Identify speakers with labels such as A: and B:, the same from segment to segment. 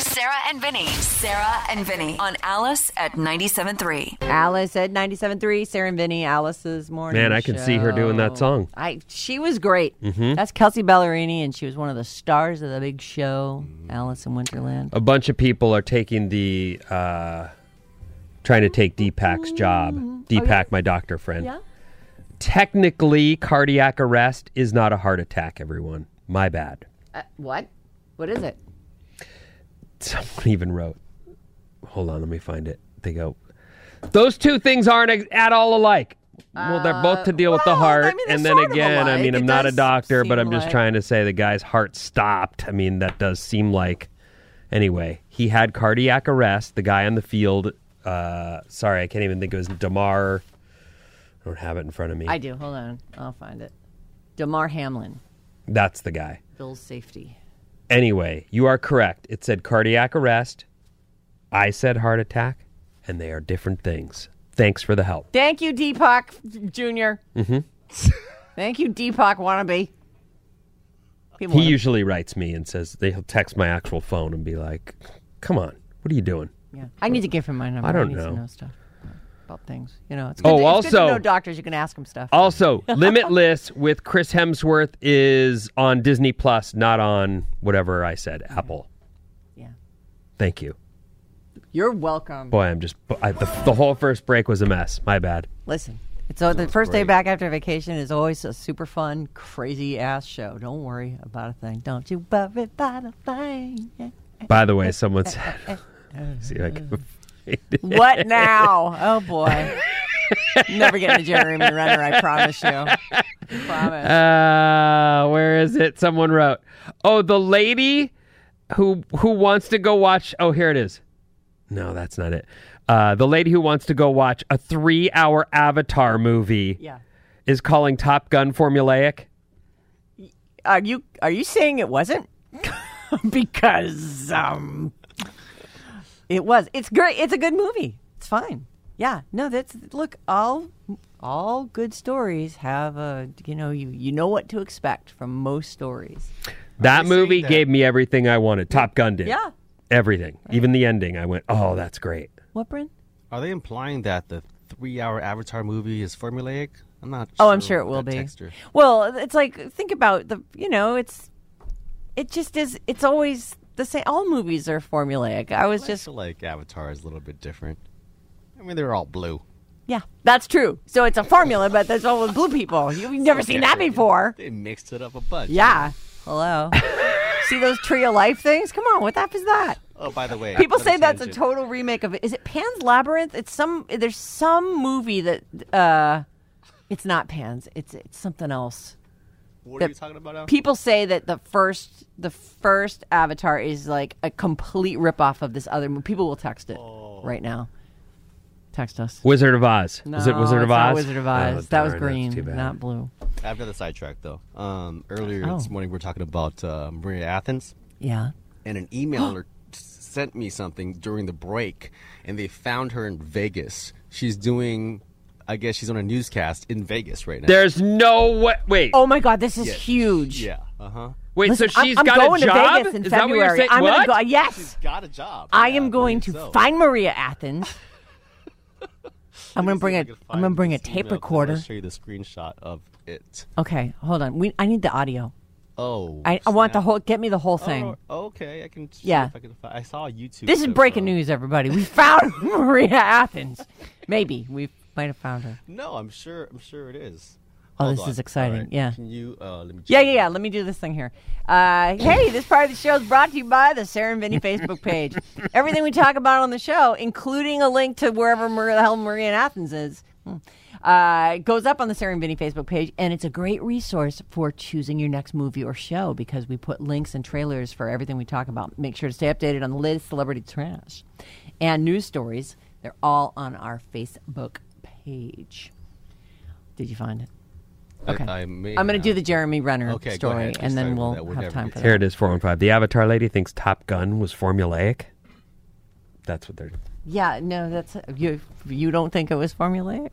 A: Sarah and Vinny. Sarah and Vinny on Alice at 97.3.
B: Alice at 97.3, Sarah and Vinny, Alice's morning.
C: Man, I can see her doing that
B: show.
C: song. Mm-hmm.
B: I she was great. That's Kelsey Ballerini, and she was one of the stars of the big show, Alice in Wonderland.
C: A bunch of people are taking the, uh, trying to take Deepak's job. Deepak, my doctor friend.
B: Mm-hmm. Oh, Yeah?
C: Technically, cardiac arrest is not a heart attack, everyone. My bad.
B: Uh, what? What is it?
C: Someone even wrote, hold on, let me find it. They go, those two things aren't ex- at all alike. Well, they're both to deal with the
B: Uh, well, I
C: heart.
B: mean, they're
C: and then
B: sort of
C: again, I
B: alike.
C: mean,
B: It
C: I'm not a
B: does
C: doctor, but
B: seem
C: I'm just
B: like-
C: trying to say the guy's heart stopped. I mean, that does seem like. Anyway, he had cardiac arrest. The guy on the field, uh, sorry, I can't even think of his Damar. I don't have it in front of me.
B: I do. Hold on. I'll find it. Damar Hamlin,
C: That's the guy.
B: Bill's safety.
C: Anyway, you are correct. It said cardiac arrest. I said heart attack, and they are different things. Thanks for the help.
B: Thank you, Deepak Jr. Mm-hmm. Thank you, Deepak wannabe. People
C: He
B: wanna-
C: usually writes me and says they'll text my actual phone and be like, "Come on, what are you doing?"
B: Yeah. I need to give him my number.
C: I don't
B: need to
C: know.
B: know stuff about things. You know, it's good,
C: Oh,
B: to, it's good
C: also- Oh.
B: to know doctors. You can ask him stuff.
C: Also, Limitless with Chris Hemsworth is on Disney Plus, not on whatever I said, Apple.
B: Yeah.
C: Thank you.
B: You're welcome.
C: Boy, I'm just I, the, the whole first break was a mess. My bad.
B: Listen, so the first day back after vacation is always a super fun, crazy ass show. Don't worry about a thing. Don't you worry about a thing.
C: By the way, someone said, "See, if I can
B: What now? Oh boy. Never getting to Jeremy Renner, I promise you. I promise.
C: Uh, where is it? Someone wrote, "Oh, the lady who who wants to go watch." Oh, here it is. No, that's not it. Uh, the lady who wants to go watch a three-hour Avatar movie
B: yeah.
C: is calling Top Gun formulaic.
B: Are you are you saying it wasn't? because um it was. It's great. It's a good movie. It's fine. Yeah. No, that's look, all all good stories have a you know, you you know what to expect from most stories.
C: That movie gave me everything I wanted. Top Gun did.
B: Yeah.
C: everything, even the ending. I went, "Oh, that's great."
B: What, Bryn?
D: Are they implying that the three-hour Avatar movie is formulaic? I'm not.
B: Oh, I'm sure it will
D: that
B: be.
D: Texture.
B: Well, it's like think about the you know, it's it just is it's always the same all movies are formulaic. I was
D: I
B: just
D: just like Avatar is a little bit different. I mean, they're all blue.
B: yeah, that's true. So it's a formula, but that's all with blue people. You've never seen that before.
D: They mixed it up a bunch.
B: Yeah. Hello. See those Tree of Life things? Come on, what the F is that?
D: Oh, by the way,
B: People
D: little
B: say that's a
D: tangent.
B: total remake of it. Is it Pan's Labyrinth? It's some. There's some movie that. uh It's not Pan's. It's it's something else.
D: What are you talking about? Now?
B: People say that the first the first Avatar is like a complete ripoff of this other movie. People will text it
C: Oh.
B: right now. Text us.
C: Wizard of Oz. was it
B: No,
C: Wizard
B: it's
C: of
B: not
C: Oz?
B: Wizard of Oz.
C: Oh,
B: that was
C: darn, that's too
B: green,
C: bad.
B: not blue.
D: I have another sidetrack though. Um, earlier this
B: Oh.
D: morning we were talking about uh, Maria Athens,
B: Yeah.
D: and an emailer s- sent me something during the break, and they found her in Vegas. She's doing, I guess she's on a newscast in Vegas right now.
C: There's no way. Wait,
B: Oh my God, this is huge.
D: yeah. Uh huh.
C: wait.
B: Listen,
C: so she's
B: I'm, I'm
C: got
B: going
C: a job.
B: To Vegas in
C: is that what
B: February.
C: you're saying?
B: I'm
C: What?
B: gonna go. Yes,
D: Got a job.
B: I
D: Yeah,
B: am going
D: believe
B: to
D: so.
B: find Maria Athens. I'm gonna bring
D: See
B: a.
D: if I can
B: I'm
D: find
B: gonna bring a
D: this email
B: tape
D: 'cause I'll
B: recorder.
D: show you the screenshot of it.
B: Okay, hold on. We. I need the audio.
D: Oh,
B: I, I want the whole. Get me the whole
D: oh,
B: thing.
D: okay, I can. see
B: Yeah.
D: if I, can fi- I saw a YouTube.
B: This is
D: clip
B: breaking
D: of-
B: news, everybody. We found Maria Athens. Maybe we might have found her.
D: No, I'm sure. I'm sure it is.
B: Oh,
D: Hold
B: this
D: on.
B: is exciting.
D: All right.
B: Yeah.
D: Can you? Uh, let me.
B: Yeah,
D: check.
B: yeah, yeah. Let me do this thing here. Uh, hey, this part of the show is brought to you by the Sarah and Vinny Facebook page. Everything we talk about on the show, including a link to wherever Mar- the hell Maria in Athens is, hmm, uh, goes up on the Sarah and Vinny Facebook page, and it's a great resource for choosing your next movie or show because we put links and trailers for everything we talk about. Make sure to stay updated on the latest celebrity trash and news stories. They're all on our Facebook page. Did you find it? Okay.
D: I, I may
B: I'm going
D: have.
B: to do the Jeremy Renner
D: Okay, go
B: story,
D: ahead.
B: and
D: Sorry
B: then
D: about
B: we'll
D: that. We'll
B: have
D: never
B: time
D: get
B: for
D: to
C: Here
B: that.
C: it is, 415. The Avatar lady thinks Top Gun was formulaic. That's what they're.
B: Yeah, no, that's you. You don't think it was formulaic,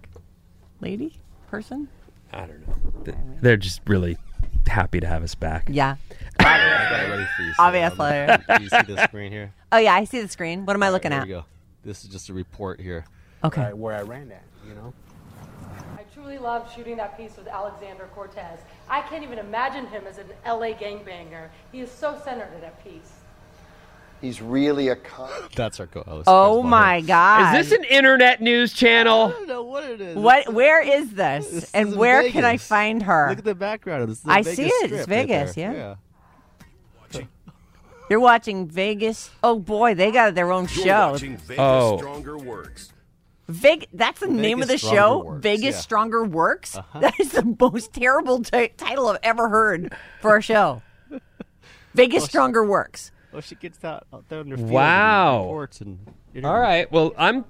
B: lady, person?
C: I don't know. Th- They're just really happy to have us back.
B: Yeah.
D: I got it ready for you.
B: Obviously.
D: Sarah. I'm- Do you see the screen here?
B: Oh yeah, I see the screen. What am I looking
D: Here
B: at?
D: we go. This is just a report here.
B: Okay.
E: where I ran at, you know?
F: I truly loved shooting that piece with Alexander Cortez. I can't even imagine him as an LA gangbanger. He is so centered in that piece.
E: He's really a con.
D: That's our co host.
B: Oh my God.
C: Is this an internet news channel?
D: I don't know what it is.
B: What? Where is this?
D: This is
B: and
D: in
B: where can I
D: Vegas.
B: find her?
D: Look at the background of this.
B: I
D: The Vegas
B: see it. It's
D: Strip right there.
B: Vegas, yeah. You're watching Vegas. Oh boy, they got their own show.
C: Oh.
G: Stronger Works.
B: Vig- that's the name of the
D: Vegas
B: show.
D: Stronger Works,
B: Vegas
D: yeah. Uh-huh.
B: Stronger Works. That is the most terrible t- title I've ever heard for our show. Vegas Stronger Works.
D: Well, she gets out, out there on her field
C: Wow.
D: and reports and
C: All right. Well, I'm.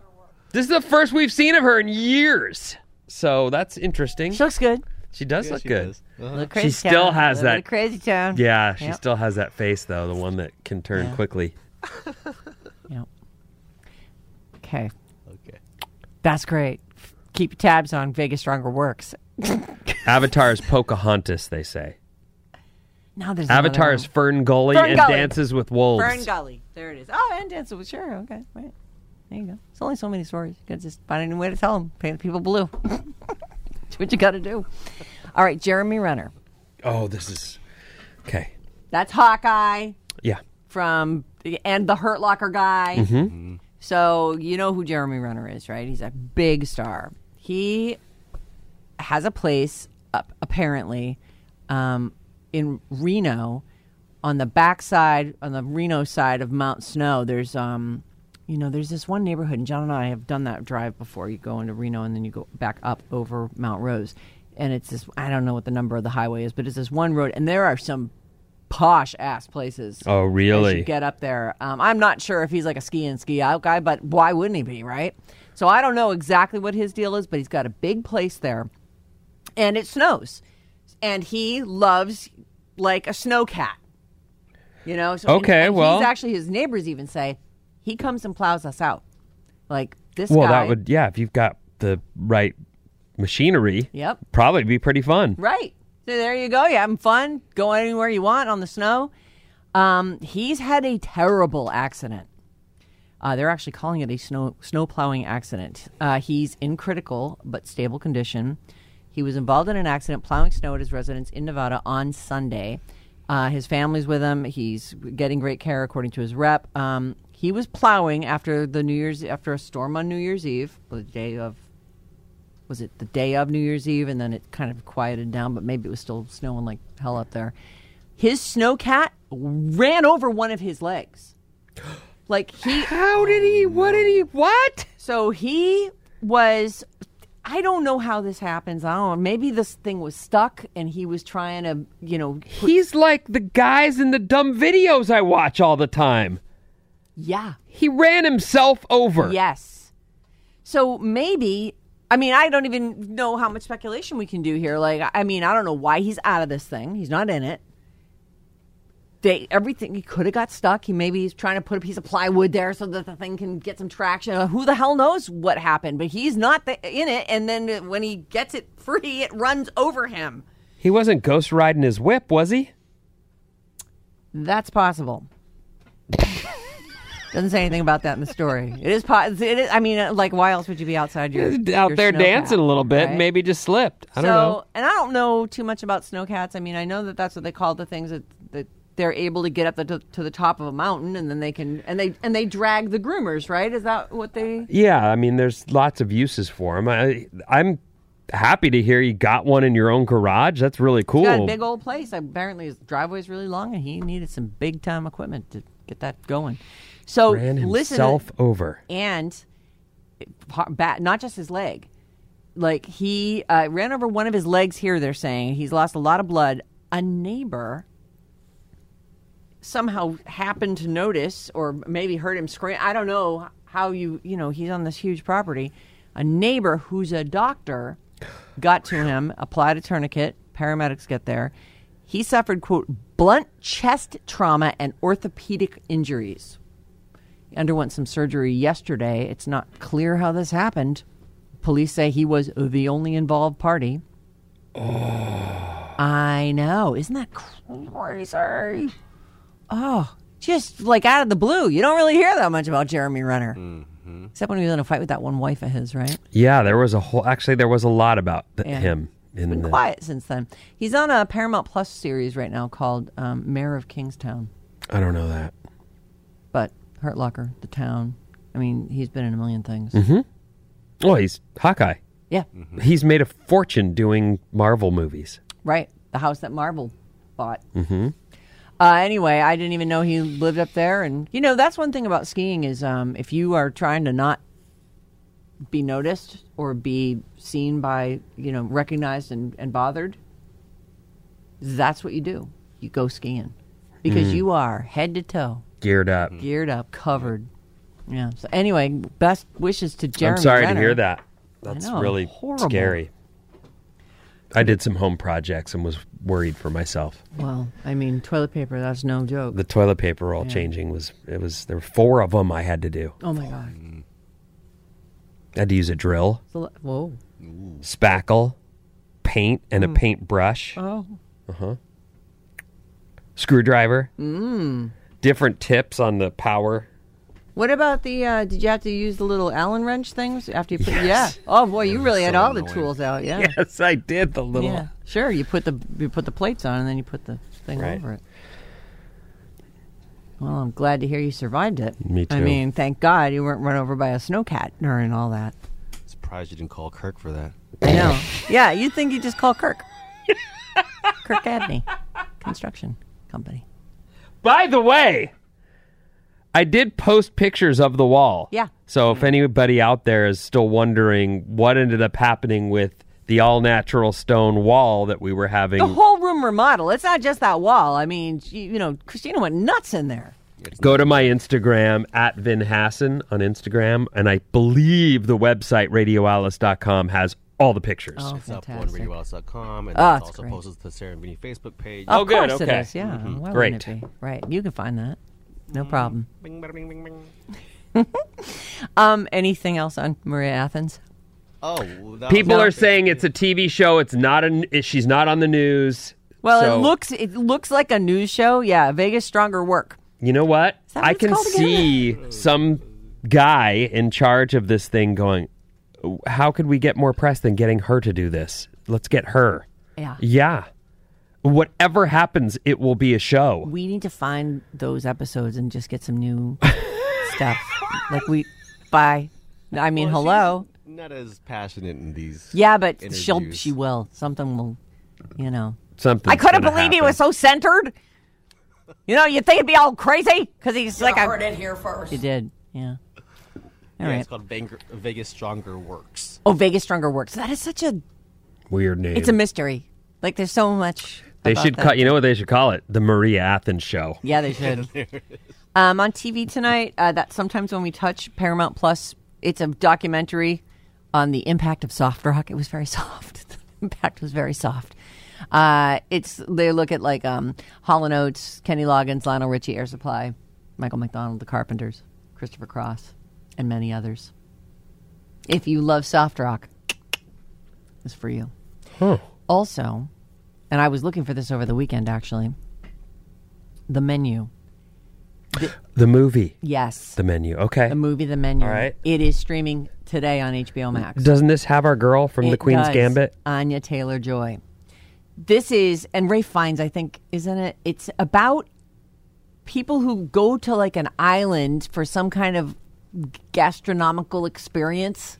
C: This is the first we've seen of her in years. So that's interesting.
B: She looks good.
C: She does
D: Yeah,
C: look
D: she
C: good.
D: does. Uh-huh.
B: Little crazy
C: still
B: town.
C: has
B: Little
C: that-
B: crazy town.
C: Yeah, she
B: Yep.
C: still has that face though, the one that can turn
B: Yeah.
C: quickly.
B: Yep. Okay,
D: Uh-huh. Okay.
B: that's great. Keep your tabs on Vegas Stronger Works.
C: Avatar is Pocahontas, they say.
B: Now there's another
C: Avatar
B: one.
C: is Fern Gully
B: Fern
C: and
B: Gully.
C: Dances with Wolves.
B: Fern Gully. There it is. Oh, and Dance with Sure. Okay, right. There you go. It's only so many stories. You got to just find a new way to tell them. Paint the people blue. That's what you got to do. All right, Jeremy Renner.
C: oh, this is okay.
B: That's Hawkeye
C: Yeah,
B: from and the Hurt Locker guy. So you know who Jeremy Renner is, right? He's a big star. He has a place up, apparently um, in Reno on the backside on the Reno side of Mount Snow. There's um, you know, there's this one neighborhood, and John and I have done that drive before. You go into Reno and then you go back up over Mount Rose, and it's this. I don't know what the number of the highway is, but it's this one road, and there are some posh ass places.
C: Oh,
B: as you
C: really?
B: get up there. Um, I'm not sure if he's like a ski in, ski out guy, but why wouldn't he be, right? So I don't know exactly what his deal is, but he's got a big place there, and it snows, and he loves like a snow cat. You know, so and-
C: Okay,
B: and
C: well-
B: he's actually his neighbors even say he comes and plows us out. Like this
C: Well,
B: guy.
C: that would yeah. If you've got the right machinery,
B: Yep.
C: probably be pretty fun.
B: Right. So there you go. You're having fun. Go anywhere you want on the snow. Um, he's had a terrible accident. Uh, they're actually calling it a snow snow plowing accident. Uh, he's in critical but stable condition. He was involved in an accident plowing snow at his residence in Nevada on Sunday. Uh, his family's with him. He's getting great care, according to his rep. Um, he was plowing after the New Year's after a storm on New Year's Eve, the day of was it the day of New Year's Eve, and then it kind of quieted down, but maybe it was still snowing like hell up there. His snow cat ran over one of his legs. Like he,
C: How did he? What did he? What?
B: so he was. I don't know how this happens. I don't. know. Maybe this thing was stuck, and he was trying to, you know, put-
C: He's like the guys in the dumb videos I watch all the time.
B: yeah.
C: He ran himself over.
B: Yes. So maybe I mean I don't even know how much speculation we can do here. Like I mean I don't know why he's out of this thing. He's not in it. They everything he could have got stuck. He maybe he's trying to put a piece of plywood there so that the thing can get some traction. Uh, Who the hell knows what happened? But he's not the, in it. And then when he gets it free, it runs over him.
C: He wasn't ghost riding his whip, was he?
B: That's possible. Doesn't say anything about that in the story. It is. Po- it is I mean, uh, like, why else would you be outside your
C: out
B: your
C: there
B: snowcat,
C: dancing a little bit,
B: right?
C: and maybe just slipped.
B: so,
C: I don't know.
B: and I don't know too much about snowcats. I mean, I know that that's what they call the things that that they're able to get up the, to, to the top of a mountain, and then they can and they and they drag the groomers, right? Is that what they?
C: Yeah, I mean, there's lots of uses for them. I, I'm happy to hear you got one in your own garage. That's really cool.
B: Got a big old place. Apparently, his driveway's really long, and he needed some big time equipment to get that going. So
C: Ran
B: listen,
C: himself over.
B: and par- bat, not just his leg. Like he uh, ran over one of his legs here. They're saying he's lost a lot of blood. A neighbor somehow happened to notice, or maybe heard him scream. I don't know how you you know he's on this huge property. A neighbor who's a doctor got to him, applied a tourniquet. Paramedics get there. He suffered quote blunt chest trauma and orthopedic injuries underwent some surgery yesterday. It's not clear how this happened. Police say he was the only involved party. I know. Isn't that crazy? Oh, just like out of the blue. You don't really hear that much about Jeremy Renner. Except when he was in a fight with that one wife of his, right?
C: Yeah, there was a whole. Actually, there was a lot about th-
B: Yeah.
C: him in
B: Been
C: the.
B: quiet since then. He's on a Paramount Plus series right now called um, Mayor of Kingstown.
C: I don't know that.
B: But Hurt Locker, The Town. I mean, he's been in a million things.
C: Oh, he's Hawkeye.
B: Yeah.
C: He's made a fortune doing Marvel movies.
B: Right. The house that Marvel bought. Mm-hmm. Uh, anyway, I didn't even know he lived up there. And, you know, that's one thing about skiing is um, if you are trying to not be noticed or be seen by, you know, recognized and, and bothered, that's what you do. You go skiing because
C: Mm.
B: you are head to toe,
C: Geared up.
B: geared up, covered. Yeah. So, anyway, best wishes to Jeremy.
C: I'm sorry to
B: Renner.
C: hear that. That's
B: know,
C: really
B: horrible.
C: scary. I did some home projects and was worried for myself.
B: Well, I mean, toilet paper, that's no joke.
C: The toilet paper roll changing was it was there were four of them I had to do.
B: oh, my God.
C: I had to use a drill,
B: It's a lo- Whoa.
C: spackle, paint, and
B: Mm.
C: a paintbrush,
B: Oh.
C: screwdriver. Mm. Different tips on the power.
B: What about the? Uh, did you have to use the little Allen wrench things after you put?
C: Yes.
B: Yeah. Oh boy, you really had
D: so
B: all the
D: annoying.
B: tools out. Yeah.
C: Yes, I did the little.
B: Yeah. Sure. You put the you put the plates on and then you put the thing
C: Right.
B: over it. Well, I'm glad to hear you survived it.
C: Me
B: I
C: too.
B: mean, thank God you weren't run over by a snowcat during all that.
D: Surprised you didn't call Kirk for that.
B: I know. yeah, you'd think you'd just call Kirk. Kirk Abney, construction company.
C: By the way, I did post pictures of the wall.
B: Yeah.
C: So if anybody out there is still wondering what ended up happening with the all natural stone wall that we were having,
B: The whole room remodel. It's not just that wall. I mean, you, you know, Christina went nuts in there.
C: go to my Instagram at Vin Hassan on Instagram. And I believe the website radioalice.com has all the pictures.
B: Oh,
D: It's up on
B: fantastic.
D: RadioWiles.com, and
B: Oh,
D: it's
B: that's
D: also
B: great.
D: posted to the Sarah and Vinny Facebook page.
B: Of
C: Oh, good,
B: course
C: okay. Mm-hmm.
B: it is. Yeah. Why wouldn't
C: Great. Mm.
B: it be? Right. You can find that. No problem.
D: Bing, bada, bing, bing, bing.
B: Um, anything else on Maria Athens?
D: Oh, well, that was
C: People
D: not-
C: are saying it's a TV show. It's not an. it- She's not on the news.
B: Well,
C: So,
B: it looks it looks like a news show. Yeah, Vegas stronger work.
C: You know what?
B: that what
C: I
B: it's
C: can
B: called again?
C: see some guy in charge of this thing going, how could we get more press than getting her to do this? Let's get her.
B: Yeah.
C: Yeah. Whatever happens, it will be a show.
B: We need to find those episodes and just get some new stuff. Like we bye. I mean,
D: Well,
B: hello.
D: she's Not as passionate in these.
B: Yeah, but she'll
D: interviews.
B: she will. Something will, you know.
C: Something.
B: I couldn't believe he was so centered. You know, you'd think he'd be all crazy because he's like
A: I heard
B: a.
A: it here first.
B: You did, yeah. All
D: Yeah,
B: right.
D: It's called Vang- Vegas Stronger Works.
B: Oh, Vegas Stronger Works. That is such a
C: weird name.
B: It's a mystery. Like there's so much.
C: they
B: about
C: should
B: that.
C: cut. You know what they should call it? The Maria Athens Show.
B: Yeah, they should. um, on TV tonight, uh, that sometimes when we touch Paramount Plus, it's a documentary on the impact of soft rock. It was very soft. the impact was very soft. Uh, it's they look at like um, Hall and Oates, Kenny Loggins, Lionel Richie, Air Supply, Michael McDonald, The Carpenters, Christopher Cross, and many others. If you love soft rock, it's for you. Also, and I was looking for this over the weekend actually, the menu.
C: The movie,
B: Yes.
C: the menu. Okay.
B: The movie The Menu.
C: All right.
B: It is streaming today on HBO Max.
C: Doesn't this have our girl from The
B: It
C: Queen's
B: does.
C: Gambit?
B: Anya Taylor Joy. This is, and Ray Fiennes, I think, isn't it? It's about people who go to like an island for some kind of gastronomical experience,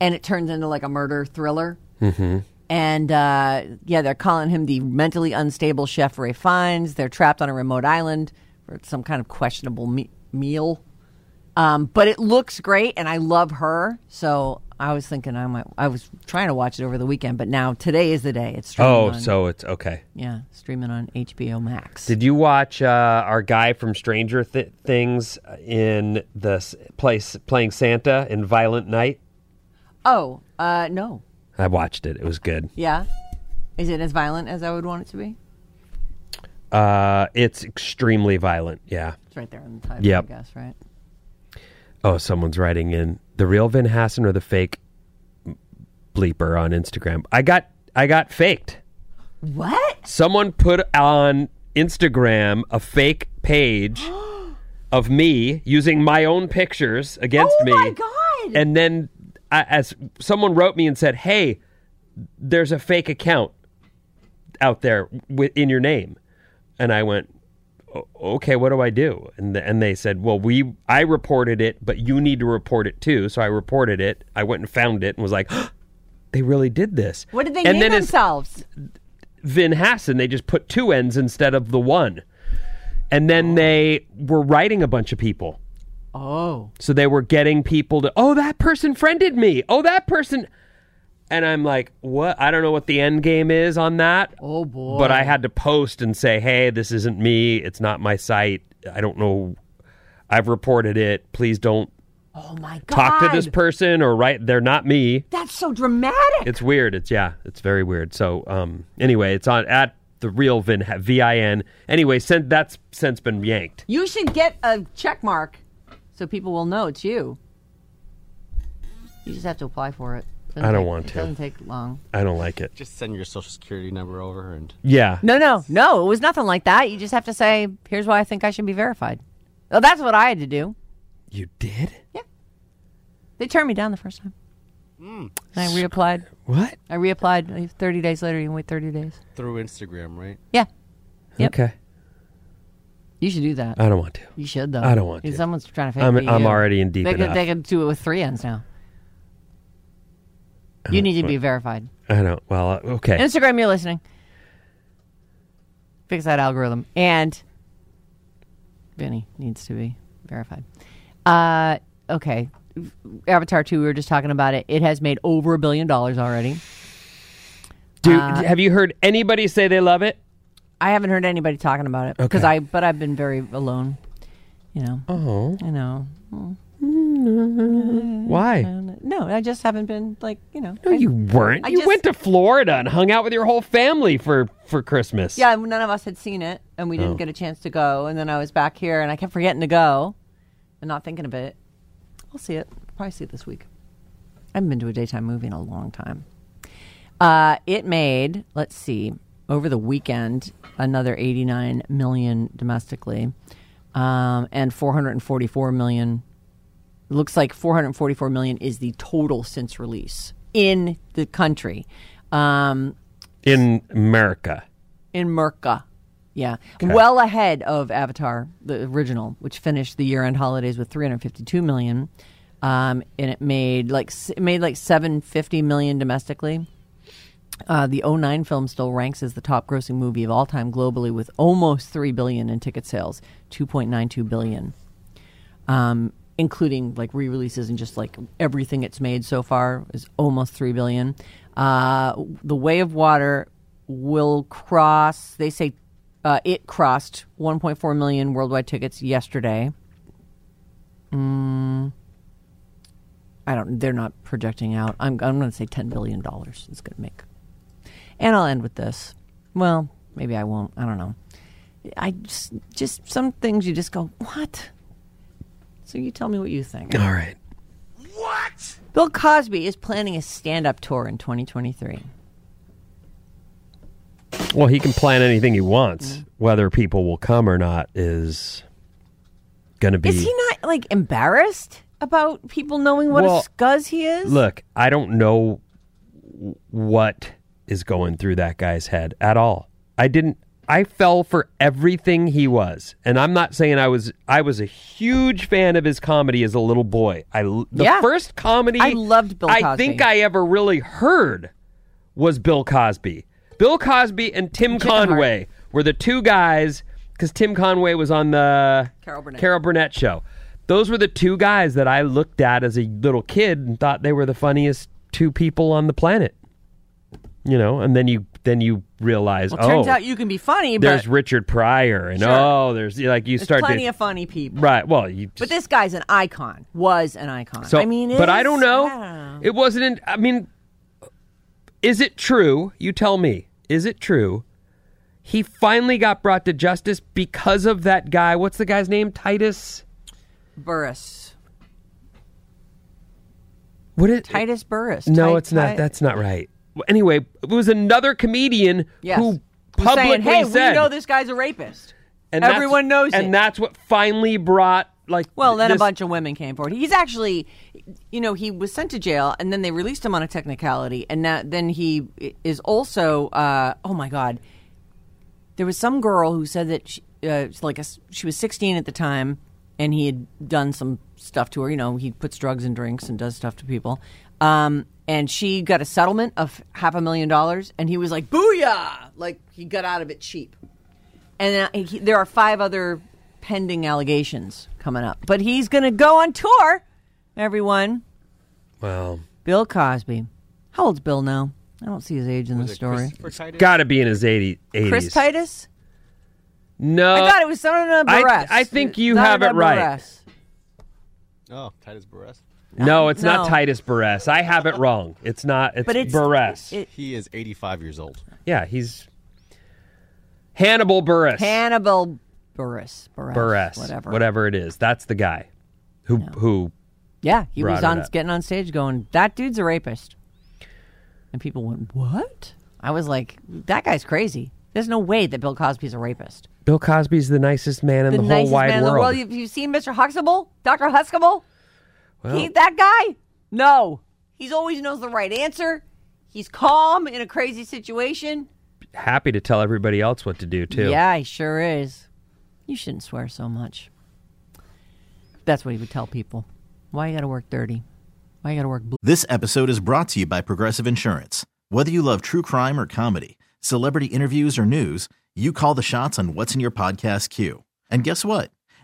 B: and it turns into like a murder thriller. Mm-hmm. And uh, yeah, they're calling him the mentally unstable chef Ray Fiennes. They're trapped on a remote island for some kind of questionable me- meal. Um, but it looks great, and I love her. So I was thinking I might. I was trying to watch it over the weekend, but now today is the day. It's streaming
C: Oh,
B: on,
C: so it's okay.
B: yeah, streaming on HBO Max.
C: Did you watch uh, our guy from Stranger Th- Things in the s- place playing Santa in Violent Night?
B: oh, uh, no,
C: I watched it. It was good.
B: yeah. Is it as violent as I would want it to be?
C: Uh, it's extremely violent. Yeah.
B: It's right there in the title.
C: Yep.
B: I guess right.
C: Oh, someone's writing in the real Vin Hassan or the fake bleeper on Instagram. I got I got faked.
B: What?
C: Someone put on Instagram a fake page of me using my own pictures against
B: Oh
C: me.
B: my God.
C: And then I, as someone wrote me and said, "Hey, there's a fake account out there wi- in your name," and I went, "O- "Okay, what do I do?" And th- and they said, "Well, we I reported it, but you need to report it too." So I reported it. I went and found it and was like. They really did this.
B: What did they name
C: and then it's-
B: themselves?
C: Vin Hassan. They just put two N's instead of the one. And then they were writing a bunch of people.
B: Oh,
C: So they were getting people to, oh, that person friended me. Oh, that person. And I'm like, what? I don't know what the end game is on that.
B: oh boy.
C: But I had to post and say, hey, this isn't me. It's not my site. I don't know. I've reported it. Please don't
B: Oh my God.
C: talk to this person or write. They're not me.
B: That's so dramatic.
C: It's weird. It's yeah. It's very weird. So um. Anyway, it's on at the real Vin V I N. Anyway, since that's since been yanked.
B: you should get a check mark so people will know it's you. You just have to apply for it. Doesn't
C: I don't
B: take-
C: want to.
B: It doesn't take long.
C: I don't like it.
D: Just send your social security number over and
C: Yeah.
B: No, no, no. It was nothing like that. You just have to say, "Here's why I think I should be verified." Well, that's what I had to do.
C: You did
B: They turned me down the first time.
C: Hmm.
B: And I reapplied.
C: what?
B: I reapplied. like, Thirty days later, you can wait thirty days.
D: through Instagram, right?
B: Yeah, Yep.
C: Okay.
B: you should do that.
C: I don't want to.
B: you should though.
C: I don't want
B: If
C: to.
B: Someone's trying to fake
C: I'm-
B: me,
C: I'm
B: you-
C: already in deep
B: They could,
C: enough.
B: they could do it with three ends now. You need to be verified.
C: I don't. Well, uh, okay.
B: Instagram, you're listening. Fix that algorithm. And Vinny needs to be verified. Uh, okay. Avatar 2, we were just talking about it. It has made over a billion dollars already.
C: Do, have you heard anybody say they love it?
B: I haven't heard anybody talking about it because
C: Okay.
B: I, but I've been very alone. You know,
C: Oh,
B: you know.
C: why?
B: No, I just haven't been like you know.
C: No,
B: I-
C: you weren't.
B: I
C: you
B: just-
C: went to Florida and hung out with your whole family for for Christmas.
B: Yeah, none of us had seen it, and we didn't get a chance to go. And then I was back here, and I kept forgetting to go, and not thinking of it. We'll see it. Probably see it this week. I haven't been to a daytime movie in a long time. Uh, it made, let's see, over the weekend another 89 million domestically, um, and 444 million. It looks like 444 million is the total since release in the country. Um,
C: In America.
B: in Merca. Yeah. Well ahead of Avatar, the original, which finished the year end holidays with 352 million. Um, and it made like s- it made like 750 million domestically. Uh, the 09 film still ranks as the top grossing movie of all time globally with almost 3 billion in ticket sales, 2.92 billion. Um, including like re-releases and just like everything it's made so far is almost 3 billion. Uh, the Way of Water will cross they say uh, it crossed 1.4 million worldwide tickets yesterday. I don't. They're not projecting out. I'm. I'm going to say ten billion dollars. It's going to make. And I'll end with this. Well, maybe I won't. I don't know. I just, just some things you just go what. So you tell me what you think.
C: All right.
B: Bill Cosby is planning a stand-up tour in 2023. Mm.
C: Well, he can plan anything he wants. Whether people will come or not is going to be.
B: Is he not like embarrassed about people knowing what
C: Well,
B: a scuzz he is?
C: Look, I don't know w- what is going through that guy's head at all. I didn't I fell for everything he was. And I'm not saying I was I was a huge fan of his comedy as a little boy. I l- the
B: Yeah.
C: first comedy
B: I loved Bill
C: I think
B: Cosby.
C: I ever really heard was Bill Cosby. Bill Cosby and Tim Conway were the two guys because Tim Conway was on the
B: Carol Burnett.
C: Carol Burnett show. Those were the two guys that I looked at as a little kid and thought they were the funniest two people on the planet. You know, and then you then you realize,
B: Well, turns
C: oh,
B: out you can be funny,
C: there's
B: but
C: Richard Pryor, and
B: Sure.
C: oh, there's like you
B: there's
C: start
B: plenty
C: to
B: of funny people.
C: right. Well, you
B: But this guy's an icon. Was an icon.
C: so,
B: I mean,
C: but I
B: is-
C: don't know.
B: don't know.
C: It wasn't. In, I mean, is it true? You tell me. Is it true? He finally got brought to justice because of that guy. What's the guy's name? Titus.
B: Burris,
C: What it?
B: Titus Burris.
C: No,
B: Ti-
C: it's not.
B: Ti-
C: That's not right. Well, Anyway, it was another comedian
B: yes.
C: who
B: Who's
C: publicly
B: saying, "Hey,
C: said,
B: we know this guy's a rapist."
C: and that's-
B: everyone knows
C: and
B: it.
C: that's what finally brought like.
B: Well, then
C: this-
B: a bunch of women came forward. He's actually, you know, he was sent to jail, and then they released him on a technicality, and now then he is also, uh, oh my god, there was some girl who said that she, uh, it's like a s she was 16 at the time, and he had done some stuff to her. You know, he puts drugs in drinks and does stuff to people. Um, and she got a settlement of half a million dollars, and he was like, "Booyah!" Like he got out of it cheap. And uh, he, there are five other pending allegations coming up. But he's going to go on tour, everyone.
C: Well,
B: Bill Cosby. How old's Bill now? I don't see his age in the story.
D: Christopher Titus?
C: got to be in his 80, 80s.
B: Chris Titus?
C: No,
B: I thought it was Sonana
C: Uh, I-
B: Barres.
C: I think you
B: Sonana
C: have it right.
B: Barres.
D: Oh, Titus Burress.
C: No, it's not
B: No.
C: Titus Burress. I have it wrong. It's not. It's,
B: But it's-
C: Burress.
B: it-
D: He is 85 years old.
C: yeah, he's Hannibal Burress.
B: Hannibal Burris. Burris.
C: Burress.
B: Whatever.
C: Whatever it is. That's the guy who who.
B: Yeah, he
C: Brought
B: was
C: it
B: on
C: up.
B: getting on stage going, that dude's a rapist. And people went, what? I was like, that guy's crazy. There's no way that Bill Cosby's a rapist.
C: Bill Cosby's the nicest man in the, whole
B: nicest
C: wide
B: man in the
C: world.
B: world. Have you seen Mr. Huxtable? Dr. Huxtable?
C: Well-
B: he, that guy? No. He's always knows the right answer. He's calm in a crazy situation.
C: Happy to tell everybody else what to do too.
B: Yeah, he sure is. You shouldn't swear so much. That's what he would tell people. Why you got to work dirty? Why you got to work blue?
H: This episode is brought to you by Progressive Insurance. Whether you love true crime or comedy, celebrity interviews or news, you call the shots on what's in your podcast queue. And guess what?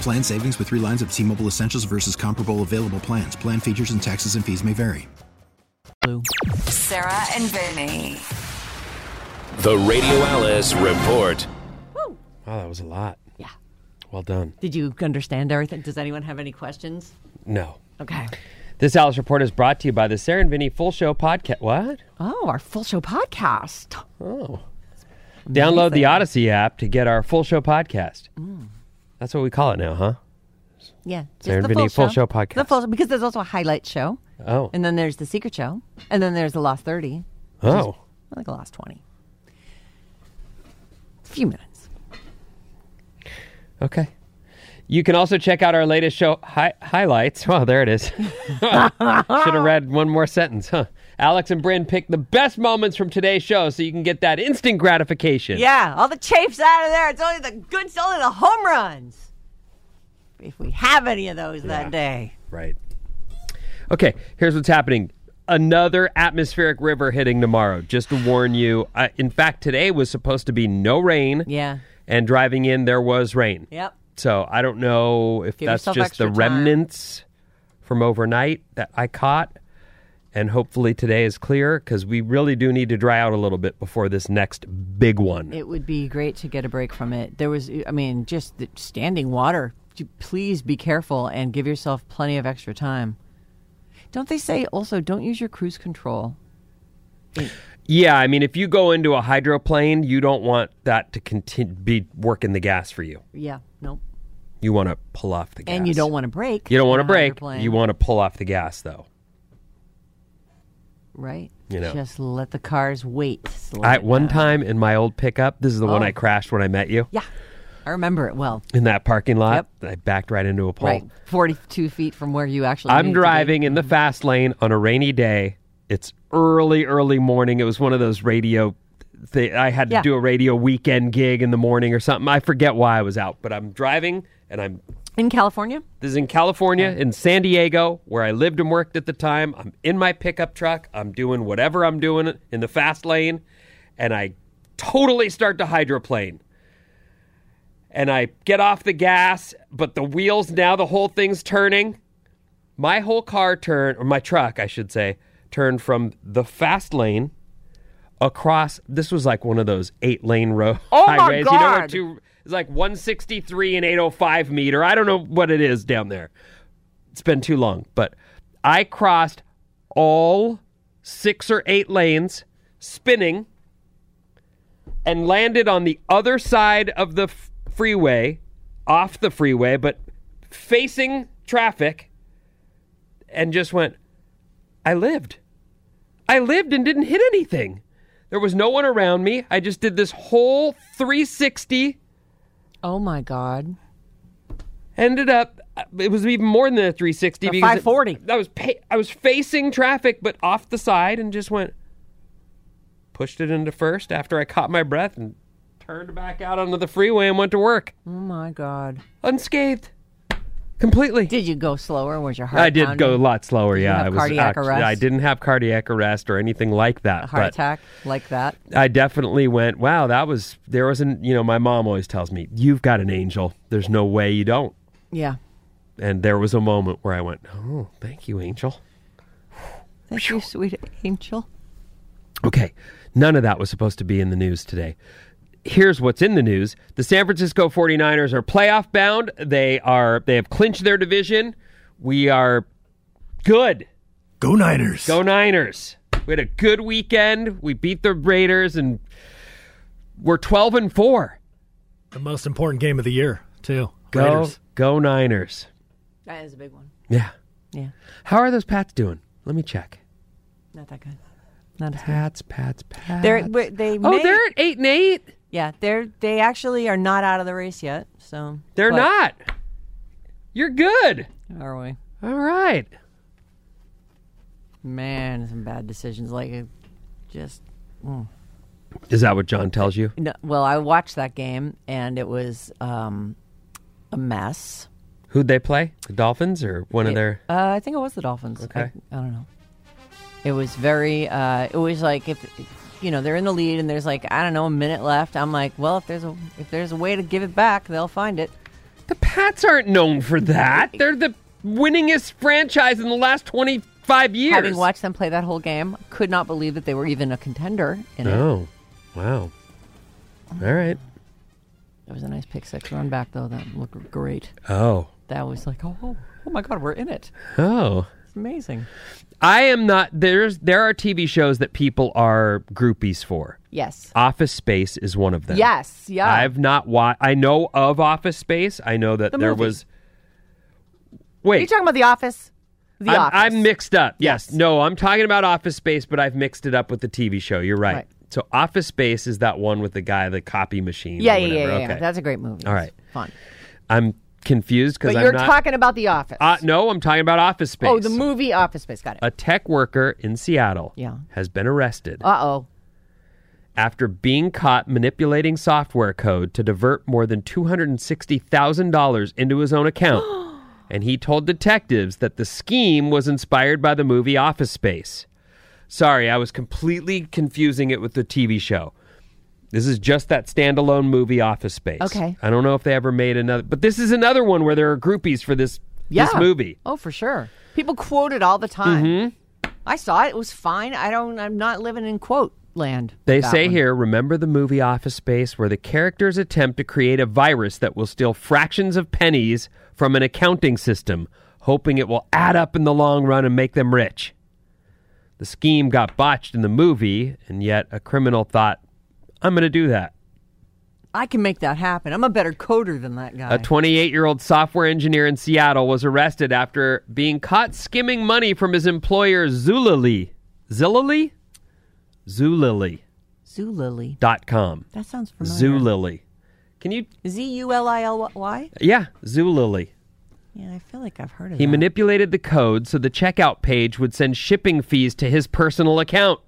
I: Plan savings with three lines of T Mobile Essentials versus comparable available plans. Plan features and taxes and fees may vary.
A: Sarah and Vinny.
J: The Radio Alice Report.
C: Oh, that was a lot.
B: Yeah.
C: Well done.
B: Did you understand everything? Does anyone have any questions?
C: No.
B: Okay.
C: This Alice Report is brought to you by the Sarah and Vinny Full Show Podcast. What?
B: Oh, our full show podcast.
C: Oh. Download the Odyssey app to get our full show podcast.
B: Mm.
C: That's what we call it now, huh?
B: Yeah.
C: Sarah
B: just
C: and Vinny Full Show podcast.
B: The full show, because there's also a highlight show,
C: Oh.
B: and then there's the secret show, and then there's the Lost 30,
C: Oh.
B: I think the Lost 20. A few minutes.
C: Okay. You can also check out our latest show hi- highlights. Well, there it is. Should have read one more sentence, huh? Alex and Bryn picked the best moments from today's show, so you can get that instant gratification.
B: Yeah, all the chafes out of there. It's only the good, it's only the home runs. If we have any of those that day.
C: Right. Okay, here's what's happening. Another atmospheric river hitting tomorrow. Just to warn you. Uh, in fact, today was supposed to be no rain.
B: Yeah.
C: And driving in, there was rain.
B: Yep.
C: So I don't know if
B: Give
C: that's
B: yourself
C: just the
B: extra time.
C: remnants from overnight that I caught. And hopefully today is clear because we really do need to dry out a little bit before this next big one.
B: It would be great to get a break from it. There was, I mean, just the standing water. J- Please be careful and give yourself plenty of extra time. Don't they say also don't use your cruise control?
C: Yeah, I mean, if you go into a hydroplane, you don't want that to continue be working the gas for you.
B: Yeah, nope.
C: You want to pull off the gas.
B: And you don't want to break.
C: You don't want to
B: on a
C: break.
B: hydroplane.
C: You want to pull off the gas, though.
B: right?
C: You know.
B: just let the cars wait. Slow
C: I
B: it
C: one
B: down.
C: time in my old pickup, this is the one
B: Oh.
C: I crashed when I met you
B: Yeah, I remember it well.
C: in that parking lot. I backed right into a pole.
B: Right, forty-two feet from where you actually.
C: I'm
B: needed to be. Mm-hmm.
C: driving in the fast lane on a rainy day. It's early, early morning. It was one of those radio. Th- I had to
B: Yeah.
C: do a radio weekend gig in the morning or something. I forget why I was out, but I'm driving and I'm.
B: in California.
C: This is in California, in San Diego, where I lived and worked at the time. I'm in my pickup truck. I'm doing whatever I'm doing in the fast lane, and I totally start to hydroplane and I get off the gas, but the wheels now the whole thing's turning. My whole car turned, or my truck, I should say, turned from the fast lane across. This was like one of those eight lane road
K: Oh my
C: highways. You know where
K: God.
C: two it's like 163 and 805 meter. I don't know what it is down there. It's been too long, but I crossed all six or eight lanes, spinning and landed on the other side of the f- freeway, off the freeway, but facing traffic, and just went, I lived. I lived and didn't hit anything. There was no one around me. I just did this whole 360.
B: Oh my God.
C: Ended up, it was even more than a 360.
B: A
C: because it-
B: 540.
C: I was pa- I was facing traffic, but off the side, and just went, pushed it into first after I caught my breath and turned back out onto the freeway and went to work.
B: Oh my God.
C: Unscathed. Completely.
B: Did you go slower? Was your heart?
C: I did go a
B: pounding?
C: lot slower.
B: Did you
C: yeah,
B: have
C: I was.
B: cardiac
C: actu-
B: arrest?
C: I didn't have cardiac arrest or anything like that.
B: A heart
C: but
B: attack like that.
C: I definitely went. Wow, that was there was an. You know, my mom always tells me, "You've got an angel. There's no way you don't."
B: Yeah.
C: And there was a moment where I went, "Oh, thank you, angel."
B: Thank you, sweet angel.
C: Okay, none of that was supposed to be in the news today. Here's what's in the news. The San Francisco 49ers are playoff bound. They are they have clinched their division. We are good.
L: Go Niners.
C: Go Niners. We had a good weekend. We beat the Raiders and we're 12 and 4.
L: The most important game of the year, too.
C: Go
L: Raiders.
C: Go Niners.
B: That is a big one.
C: Yeah.
B: Yeah.
C: How are those Pats doing? Let me check.
B: Not that good. Not as
C: Pats, Pats, Pats.
B: They're, but they
C: Oh,
B: may-
C: they're at 8 and 8.
B: Yeah, they're they actually are not out of the race yet. So
C: They're
B: but-
C: not. You're good.
B: Are we?
C: All right.
B: Man, some bad decisions. Like, it just mm.
C: Is that what John tells you?
B: no, well, I watched that game and it was um, a mess.
C: Who'd they play? The Dolphins or one of
B: It-
C: their
B: Uh, I think it was the Dolphins.
C: Okay.
B: I, I don't know. It was very. Uh, it was like if you know they're in the lead and there's like I don't know a minute left. I'm like, well, if there's a if there's a way to give it back, they'll find it.
C: The Pats aren't known for that. They're the winningest franchise in the last 25 years.
B: Having watched them play that whole game, could not believe that they were even a contender in it.
C: Oh, wow. All right.
B: That was a nice pick six run back though. That looked great.
C: Oh.
B: That was like, oh, oh, oh my God, we're in it.
C: Oh.
B: It's amazing.
C: I am not there's there are TV shows that people are groupies for.
B: Yes.
C: Office Space is one of them.
B: Yes, yeah.
C: I've not watched I know of Office Space. I know that
B: Ah. The
C: there
B: movie.
C: was
B: Are you
C: Wait.
B: talking about The Office? The
C: I'm,
B: Office.
C: I'm mixed up. Yes. No, I'm talking about Office Space, but I've mixed it up with the TV show. You're right.
B: Right.
C: So Office Space is that one with the guy, the copy machine. or
B: yeah, yeah, yeah,
C: whatever.
B: yeah, yeah.
C: Okay.
B: That's a great movie.
C: All right.
B: Fun.
C: I'm confused because
B: But
C: I'm
B: you're
C: not.
B: talking about The Office.
C: uh, no, I'm talking about Office Space.
B: Oh, the movie Office Space. Got it.
C: A tech worker in Seattle
B: Yeah.
C: has been arrested
B: Uh oh.
C: after being caught manipulating software code to divert more than $260,000 into his own account. and he told detectives that the scheme was inspired by the movie Office Space. Sorry, I was completely confusing it with the TV show. This is just that standalone movie Office Space.
B: Okay.
C: I don't know if they ever made another, but this is another one where there are groupies for this
B: Yeah.
C: this movie.
B: Oh, for sure. People quote it all the time.
C: Mhm.
B: I saw it. It was fine. I don't. I'm not living in quote land.
C: They
B: That
C: say
B: one.
C: here, remember the movie Office Space, where the characters attempt to create a virus that will steal fractions of pennies from an accounting system, hoping it will add up in the long run and make them rich. The scheme got botched in the movie, and yet a criminal thought, I'm going to do that.
B: I can make that happen. I'm a better coder than that guy.
C: A 28 year old software engineer in Seattle was arrested after being caught skimming money from his employer, Zulily. Zulily? Zulily.
B: Zulily.
C: Dot com.
B: That sounds familiar.
C: Zulily. Can you?
B: Z U L I L Y.
C: Yeah, Zulily.
B: Yeah, I feel like I've heard of
C: He
B: that.
C: manipulated the code so the checkout page would send shipping fees to his personal account.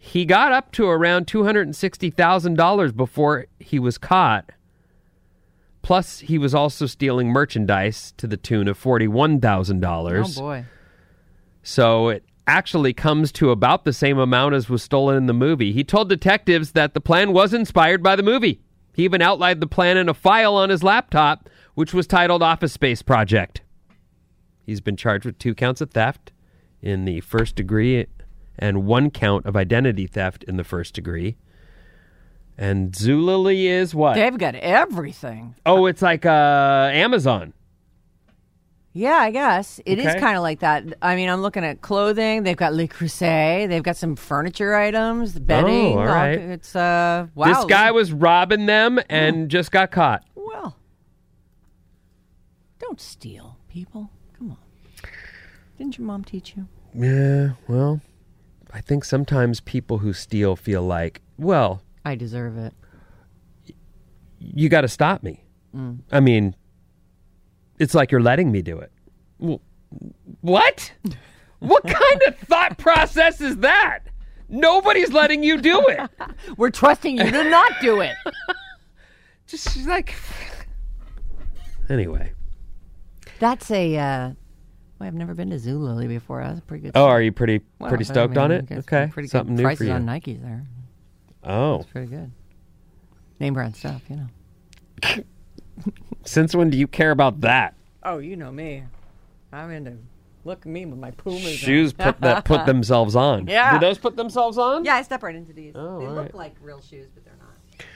C: He got up to around $260,000 before he was caught. Plus, he was also stealing merchandise to the tune of $41,000.
B: Oh boy.
C: So it actually comes to about the same amount as was stolen in the movie. He told detectives that the plan was inspired by the movie. He even outlined the plan in a file on his laptop, which was titled Office Space Project. He's been charged with two counts of theft in the first degree and one count of identity theft in the first degree. And Zulily is what?
B: They've got everything.
C: Oh, it's like uh, Amazon.
B: Yeah, I guess it is
C: Okay.
B: kind of like that. I mean, I'm looking at clothing. They've got Le Creuset. They've got some furniture items, the bedding.
C: Oh, all right.
B: It's uh, wow.
C: This guy was robbing them and just got caught.
B: Well, don't steal, people. Come on. Didn't your mom teach you?
C: Yeah, well, I think sometimes people who steal feel like, well,
B: I deserve it.
C: you got to stop me.
B: Mm.
C: I mean, it's like you're letting me do it. Well, what? what kind of thought process is that? Nobody's letting you do it.
B: We're trusting you to not do it.
C: Just like. Anyway.
B: That's a. Uh, well, I've never been to Zulily before. That's a pretty good.
C: Oh, are you pretty
B: Well,
C: pretty
B: I
C: stoked on
B: mean,
C: it?
B: I guess
C: Okay,
B: pretty good
C: something new
B: prices
C: for you.
B: on Nikes there.
C: Oh,
B: It's pretty good. Name brand stuff, you know.
C: since when do you care about that?
B: Oh, you know me. I'm into look at me with Oh my Pumas. on.
C: Shoes put that put themselves on.
B: yeah.
C: Do those put themselves on?
B: Yeah, I step right into these. they
C: Oh, all
B: look
C: right.
B: like real shoes, but they're not.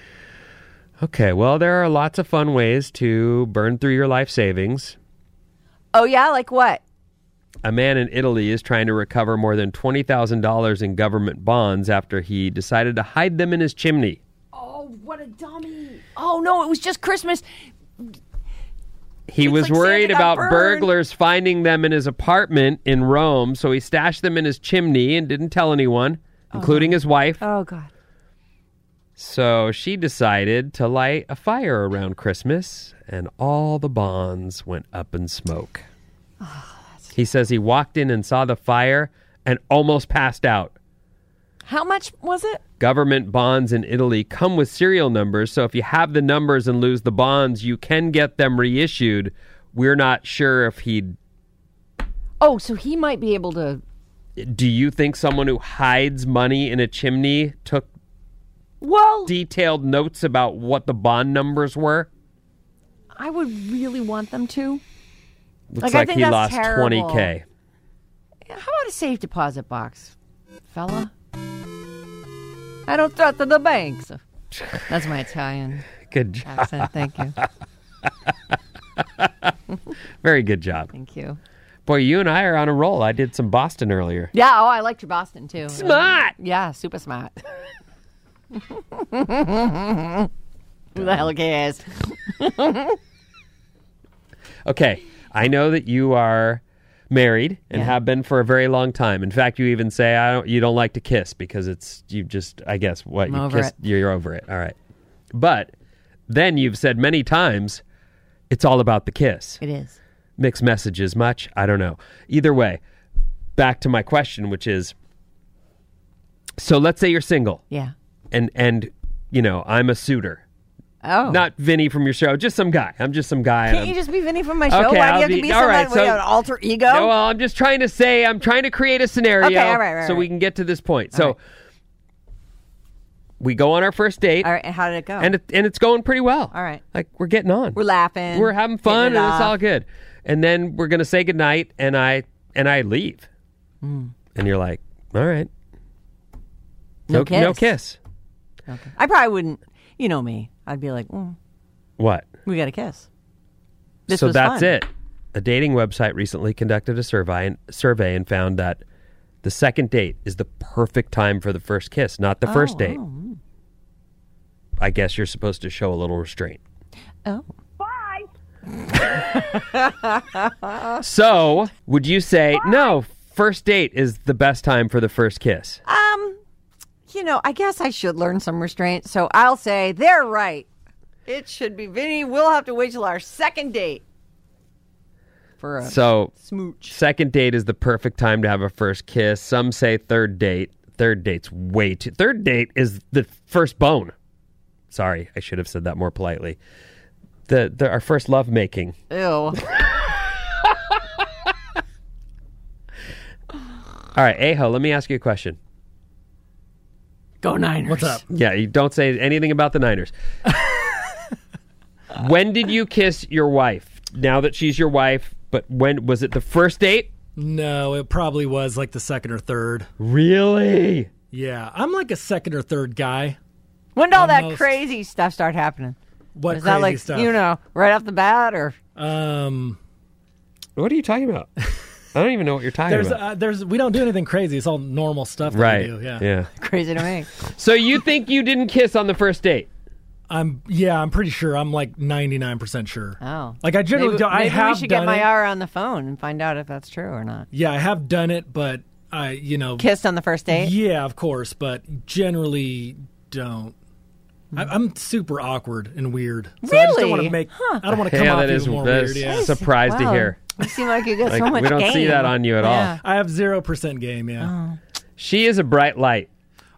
C: Okay, well, there are lots of fun ways to burn through your life savings.
B: Oh yeah, like what?
C: A man in Italy is trying to recover more than $20,000 in government bonds after he decided to hide them in his chimney.
B: Oh, what a dummy! Oh no, it was just Christmas.
C: He was worried about burglars finding them in his apartment in Rome, so he stashed them in his chimney and didn't tell anyone, including his wife.
B: Oh god.
C: So she decided to light a fire around Christmas, and all the bonds went up in smoke. he says he walked in and saw the fire and almost passed out.
B: How much was it?
C: Government bonds in Italy come with serial numbers, so if you have the numbers and lose the bonds, you can get them reissued. We're not sure if he.
B: Oh, so he might be able to.
C: Do you think someone who hides money in a chimney took
B: Well,
C: detailed notes about what the bond numbers were?
B: I would really want them to.
C: Looks
B: Like,
C: like,
B: I think
C: he
B: that's
C: lost
B: terrible.
C: 20K.
B: How about a safe deposit box, fella? I don't trust the banks. That's my Italian.
C: Good job.
B: accent. Thank you.
C: Very good job.
B: Thank you.
C: Boy, you and I are on a roll. I did some Boston earlier.
B: Yeah. Oh, I liked your Boston too.
C: Smart.
B: yeah, super smart. Who the hell cares?
C: Okay. I know that you are married and
B: Yeah.
C: have been for a very long time. In fact, you even say I don't you don't like to kiss because it's you just I guess what
B: I'm
C: you
B: over
C: kiss
B: it.
C: you're over it. All right. But then you've said many times It's all about the kiss.
B: It is.
C: Mixed messages, much? I don't know. Either way, back to my question, which is so let's say you're single
B: Yeah.
C: and, and you know, I'm a suitor.
B: Oh.
C: Not Vinny from your show, just some guy. I'm just some guy. and
B: Can't
C: I'm-
B: you just be Vinny from my show?
C: Okay,
B: Why
C: I'll
B: do you have to
C: be-
B: be
C: all
B: somebody
C: right,
B: with
C: so-
B: an alter ego?
C: No, well, I'm just trying to say, I'm trying to create a scenario
B: Okay, all right, right,
C: so we
B: right.
C: can get to this point. So we go on our first date.
B: all right, and how did it go?
C: And, it, and it's going pretty well.
B: all right.
C: Like, we're getting on.
B: We're laughing.
C: We're having fun, and
B: hitting it off.
C: it's all good. And then we're going to say goodnight, and I and I leave.
B: Hmm.
C: And you're like, all right.
B: No
C: No
B: kiss.
C: kiss.
B: Okay. I probably wouldn't. You know me. I'd be like, mm,
C: What?
B: we got to kiss. This
C: so
B: was
C: that's
B: fun.
C: it. A dating website recently conducted a survey and, survey and found that the second date is the perfect time for the first kiss, not the first
B: Oh,
C: date. I guess you're supposed to show a little restraint.
B: Oh. Bye.
C: So, would you say no? First date is the best time for the first kiss.
B: um, you know, I guess I should learn some restraint. So I'll say they're right. It should be Vinny. We'll have to wait till our second date. For a
C: So,
B: smooch.
C: Second date is the perfect time to have a first kiss. Some say third date. Third date's way too. Third date is the first bone. Sorry, I should have said that more politely. The, the our first love making.
B: Ew.
C: All right, Aho, let me ask you a question.
M: Go Niners. What's up?
C: Yeah, you don't say anything about the Niners. when did you kiss your wife? Now that she's your wife, but when was it the first date?
L: No, it probably was like the second or third.
C: Really?
L: Yeah, I'm like a second or third guy.
B: When did all that
L: Almost.
B: crazy stuff start happening?
L: What
B: Is that
L: crazy
B: like
L: stuff?
B: you know right off the bat or
L: Um,
C: what are you talking about? I don't even know what you're talking
L: there's,
C: about.
L: uh, there's, we don't do anything crazy. It's all normal stuff. That
C: right.
L: We do. Yeah.
C: yeah.
B: crazy to me?
C: So you think you didn't kiss on the first date?
L: I'm. Yeah, I'm pretty sure. I'm like 99 percent sure.
B: Oh,
L: Like I generally
B: maybe,
L: don't. I
B: maybe
L: have
B: we should
L: done
B: get my
L: it.
B: R on the phone and find out if that's true or not.
L: Yeah, I have done it, but I, you know,
B: Kissed on the first date?
L: Yeah, of course, but generally don't. I, I'm super awkward and weird. So I just don't want
B: Really?
L: to make.
B: Huh.
L: I don't want to come
C: Yeah,
L: off
C: that
L: even
C: is-
L: more
C: that is
L: weird. Yeah.
C: surprised to Wow. hear.
B: You seem like you got
C: Like,
B: so much.
C: we don't see
B: game.
C: that on you at all. Yeah.
L: I have zero percent game. Yeah.
C: She is a bright light.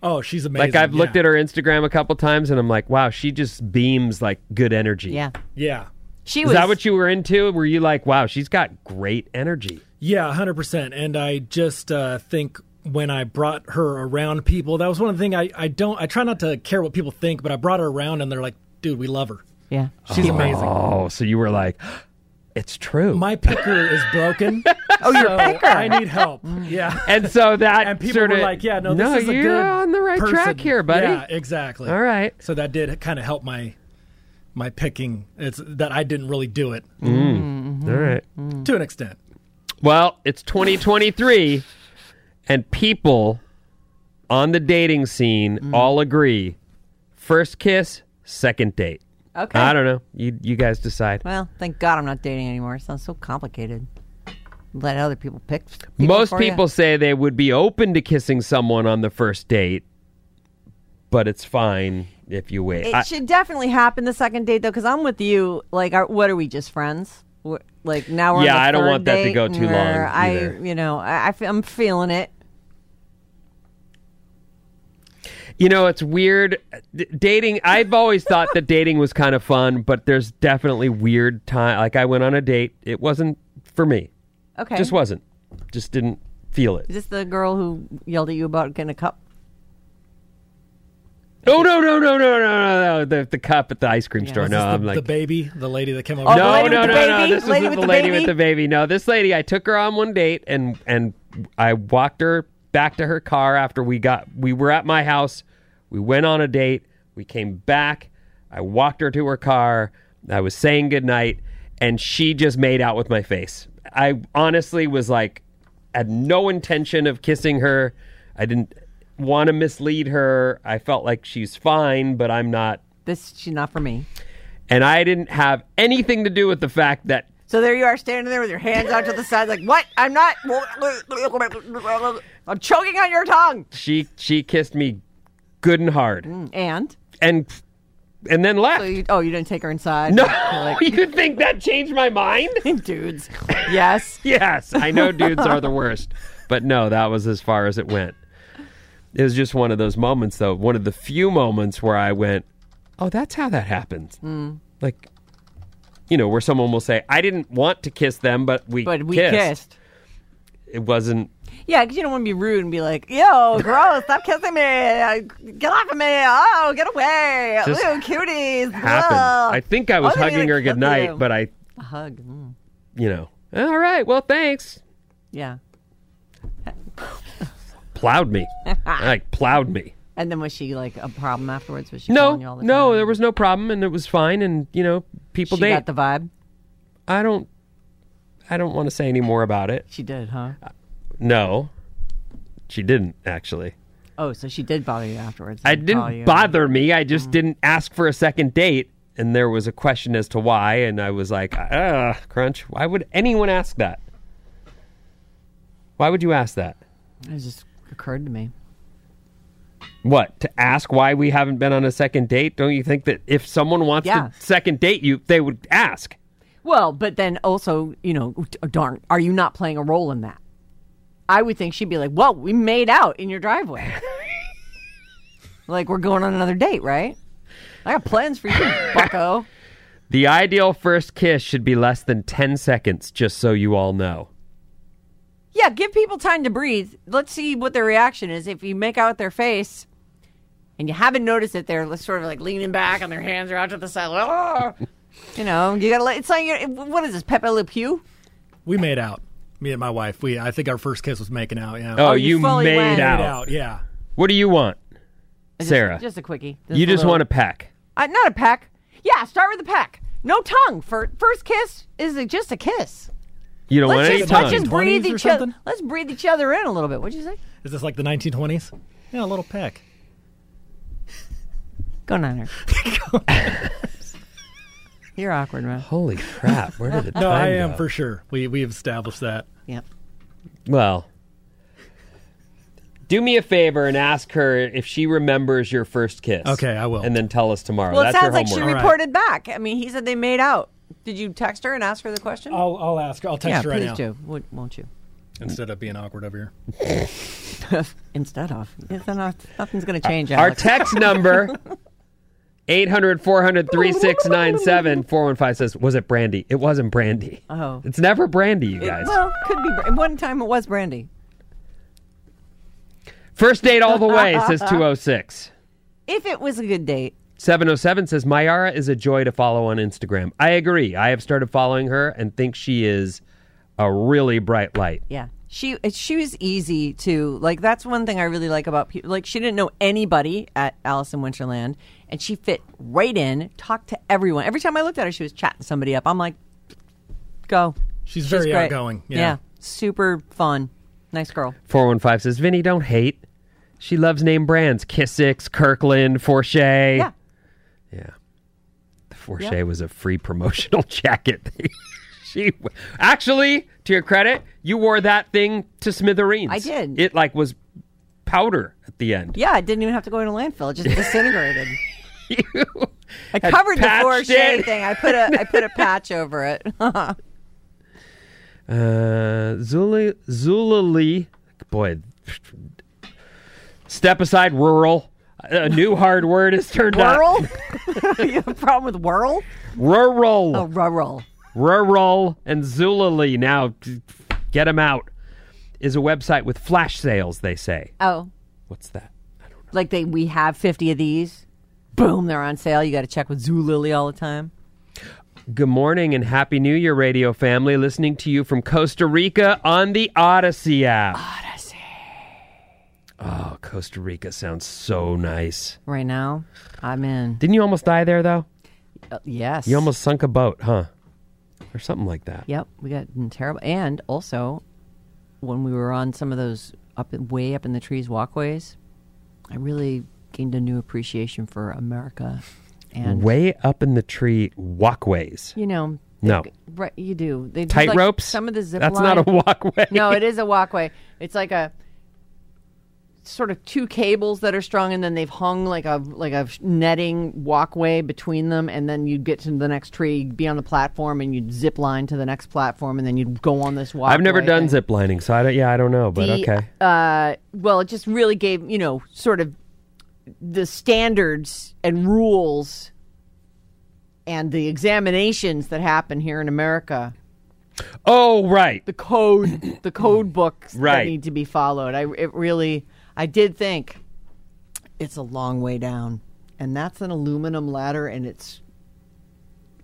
L: Oh, she's amazing.
C: like I've
L: yeah.
C: looked at her Instagram a couple times and I'm like, wow, she just beams like good energy.
B: Yeah.
L: Yeah.
B: She
C: is that what you were into? Were you like, wow, she's got great energy?
L: Yeah, hundred percent. And I just uh, think when I brought her around people, that was one of the things I, I don't I try not to care what people think, but I brought her around and they're like, dude, we love her.
B: Yeah.
L: She's amazing.
C: Oh, so you were like, it's true.
L: My picker is broken.
B: oh,
L: your picker. I need help. Yeah.
C: and so that
L: And people
C: sort
L: were
C: of
L: like, yeah, no, this is a
C: you're
L: good
C: on the right
L: person.
C: track here, buddy.
L: Yeah, exactly.
C: All right.
L: So that did kind of help my my picking. It's that I didn't really do it
C: Mm. All right.
L: to an extent.
C: Well, it's 2023, and people on the dating scene all agree: first kiss, second date.
B: Okay.
C: I don't know. You you guys decide.
B: Well, thank God I'm not dating anymore. It sounds so complicated. Let other people pick. people
C: Most
B: for you.
C: people say they would be open to kissing someone on the first date, but it's fine if you wait.
B: It
C: I-
B: should definitely happen the second date though, because I'm with you. Like, are, what are we just friends? We're, like now we're on
C: Yeah,
B: the
C: I don't
B: third
C: want that to
B: date,
C: go too
B: or
C: long
B: I,
C: either.
B: you know, I, I fe- I'm feeling it.
C: You know, it's weird. D- dating, I've always thought that dating was kind of fun, but there's definitely weird time. Like, I went on a date. It wasn't for me.
B: Okay.
C: Just wasn't. Just didn't feel it.
B: Is this the girl who yelled at you about getting a cup?
C: Oh, no, no, no, no, no, no, no. The, the cup at the ice cream store.
L: Was
C: No,
L: this the,
C: I'm
L: the
C: like.
L: baby, the lady that came over.
C: no, no, no, no. This
B: Oh, Lady
C: was
B: with
C: the
B: the
C: lady
B: baby?
C: with the baby. No, this lady, I took her on one date and and I walked her back to her car after we got we were at my house. We went on a date. We came back. I walked her to her car. I was saying goodnight and she just made out with my face. I honestly was like had no intention of kissing her. I didn't want to mislead her. I felt like she's fine, but I'm not.
B: This she's not for me.
C: And I didn't have anything to do with the fact that
B: So there you are standing there with your hands out to the side, like, what? I'm not. I'm choking on your tongue.
C: She she kissed me good and hard
B: And
C: and and then left.
B: So you, oh, you didn't take her inside?
C: No.
B: You're like,
C: you think that changed my mind?
B: dudes. Yes.
C: yes. I know dudes are the worst, but no, that was as far as it went. It was just one of those moments, though, one of the few moments where I went, oh, that's how that happens.
B: Mm.
C: Like, you know, where someone will say, I didn't want to kiss them, but we
B: But we kissed.
C: It wasn't
B: Yeah, because you don't want to be rude and be like, yo, gross, stop kissing me. Uh, Get off of me. Oh, get away.
C: Just
B: Ew, cuties.
C: happened.
B: Ugh."
C: I think I was
B: wasn't
C: hugging
B: gonna
C: her
B: kiss
C: goodnight,
B: you.
C: but I,
B: A hug. mm.
C: you know, All right. Well, thanks.
B: Yeah.
C: plowed me. like, plowed me.
B: And then was she like a problem afterwards? Was she
C: no,
B: calling you all the
C: no, there was no problem, and it was fine, and you know, people
B: She
C: date.
B: got the vibe.
C: I don't, I don't want to say any more about it.
B: She did, huh?
C: No, she didn't actually.
B: Oh, so she did bother you afterwards.
C: I
B: and call you. Mm.
C: didn't bother me. I just didn't ask for a second date, and there was a question as to why, and I was like, ah, crunch. Why would anyone ask that? Why would you ask that?
B: It just occurred to me.
C: What to ask why we haven't been on a second date? Don't you think that if someone wants
B: Yeah.
C: a second date, you they would ask?
B: Well, but then also, you know, d- darn, are you not playing a role in that? I would think she'd be like, "Well, we made out in your driveway. like we're going on another date, right? I got plans for you, Bucko."
C: The ideal first kiss should be less than 10 seconds, just so you all know.
B: Yeah, give people time to breathe. Let's see what their reaction is. If you make out with their face and you haven't noticed that they're sort of like leaning back and their hands are out to the side, like, "Ah," you know, you gotta let it's like, you know, what is this, Pepe Le Pew?
L: We made out. Me and my wife. We. I think our first kiss was making out. Yeah.
C: Oh, you, made out.
L: Yeah.
C: What do you want, Sarah?
B: Just a quickie.
C: you just want to peck.
B: Uh, not a peck. Yeah, start with a peck. No tongue. For first kiss is a- just a kiss.
C: You don't
B: let's
C: want
B: just,
C: any
B: let's
C: tongue.
B: just breathe
L: 20s or
B: each other.
L: something?
B: Let's breathe each other in a little bit. What'd you say?
L: Is this like the 1920s? Yeah, a little peck.
B: Go Niners. You're awkward, man.
C: Holy crap! Where did it?
L: No, I am for sure. We we established that.
B: Yep.
C: Well, do me a favor and ask her if she remembers your first kiss. Okay, I will. And then tell us tomorrow.
B: Well, it
C: That's
B: sounds
C: your
B: like
C: homework.
B: she reported back. I mean, he said they made out. Did you text her and ask her the question?
L: I'll, I'll ask her. I'll text
B: yeah,
L: her right
B: please
L: now.
B: do. Would, won't you?
L: Instead of being awkward over
B: here. Instead of. It's not- nothing's going to change.
C: Our
B: Alex.
C: text number 800 400 3697 415 says, Was it Brandy? It wasn't Brandy.
B: Oh.
C: It's never Brandy, you
B: It-
C: guys.
B: well, could be. Bra- One time it was Brandy.
C: First date all the way says 206.
B: If it was a good date,
C: 707 says, Myara is a joy to follow on Instagram. I agree. I have started following her and think she is a really bright light.
B: yeah. She it- she was easy to like. That's one thing I really like about people. Like she didn't know anybody at Alice in Winterland, and she fit right in. Talked to everyone. Every time I looked at her, she was chatting somebody up. I'm like, go.
L: She's very
B: great.
L: outgoing, yeah.
B: yeah, super fun. Nice girl.
C: 415 says, Vinny, don't hate. She loves name brands Kissix, Kirkland, Forche. Yeah. Yeah. The Forche
N: Yeah.
C: was a free promotional jacket. she actually, to your credit, you wore that thing to smithereens.
B: I did.
C: It like was powder at the end.
B: Yeah, it didn't even have to go in a landfill. It just disintegrated. I
C: had
B: covered the
C: patched
B: Forche
C: it.
B: thing. I put a I put a patch over it.
C: Uh, Zula Zulali, boy, step aside, rural. A new hard word is turned
B: Whirl?
C: up.
B: you have a problem with whirl?
C: Rural.
B: Oh, rural.
C: Rural and Zulali. Now, get them out. Is a website with flash sales. They say.
B: Oh,
C: What's that?
B: like they we have fifty of these. Boom, they're on sale. You got to check with Zulily all the time.
C: Good morning and happy New Year, radio family. Listening to you from Costa Rica on the Odyssey app. Odyssey. Oh, Costa Rica sounds so nice.
B: Right now, I'm in.
C: Didn't you almost die there though?
B: Uh, yes.
C: You almost sunk a boat, huh? Or something like that.
B: Yep, we got in terrible. And also, when we were on some of those up way up in the trees walkways, I really gained a new appreciation for America. And
C: Way up in the tree walkways.
B: you know,
C: No.
B: Right, you do. They do,
C: Tight
B: like,
C: ropes?
B: Some of the zip
C: That's
B: line-
C: not a walkway.
B: No, it is a walkway. It's like a sort of two cables that are strung, and then they've hung like a like a netting walkway between them, and then you'd get to the next tree, you'd be on the platform, and you'd zip line to the next platform, and then you'd go on this walkway.
C: I've never done
B: thing.
C: zip lining, so I don't. Yeah, I don't know, but
B: The,
C: okay.
B: Uh, well, it just really gave you know sort of the standards and rules and the examinations that happen here in America.
C: Oh, right.
B: The code, the code books that
C: Right.
B: need to be followed. I it really, I did think it's a long way down, and that's an aluminum ladder, and it's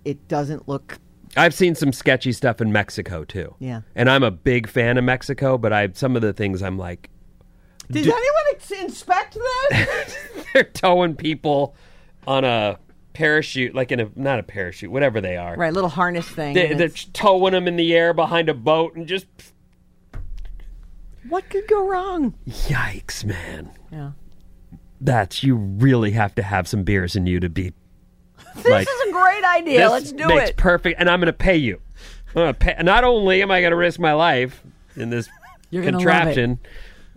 B: it doesn't look
C: I've seen some sketchy stuff in Mexico too.
B: Yeah.
C: And I'm a big fan of Mexico, but I some of the things I'm like
B: Did anyone ex- inspect this?
C: they're towing people on a parachute, like in a not a parachute, whatever they are.
B: right, little harness thing.
C: They,
B: and
C: they're
B: it's-
C: towing them in the air behind a boat and just
B: what could go wrong?
C: yikes, man.
B: Yeah.
C: That's you really have to have some beers in you to be like
B: this is a great idea.
C: this
B: Let's do
C: makes
B: it.
C: perfect, and I'm going to pay you. I'm gonna pay, not only am I going to risk my life in this
B: You're gonna love it.
C: contraption,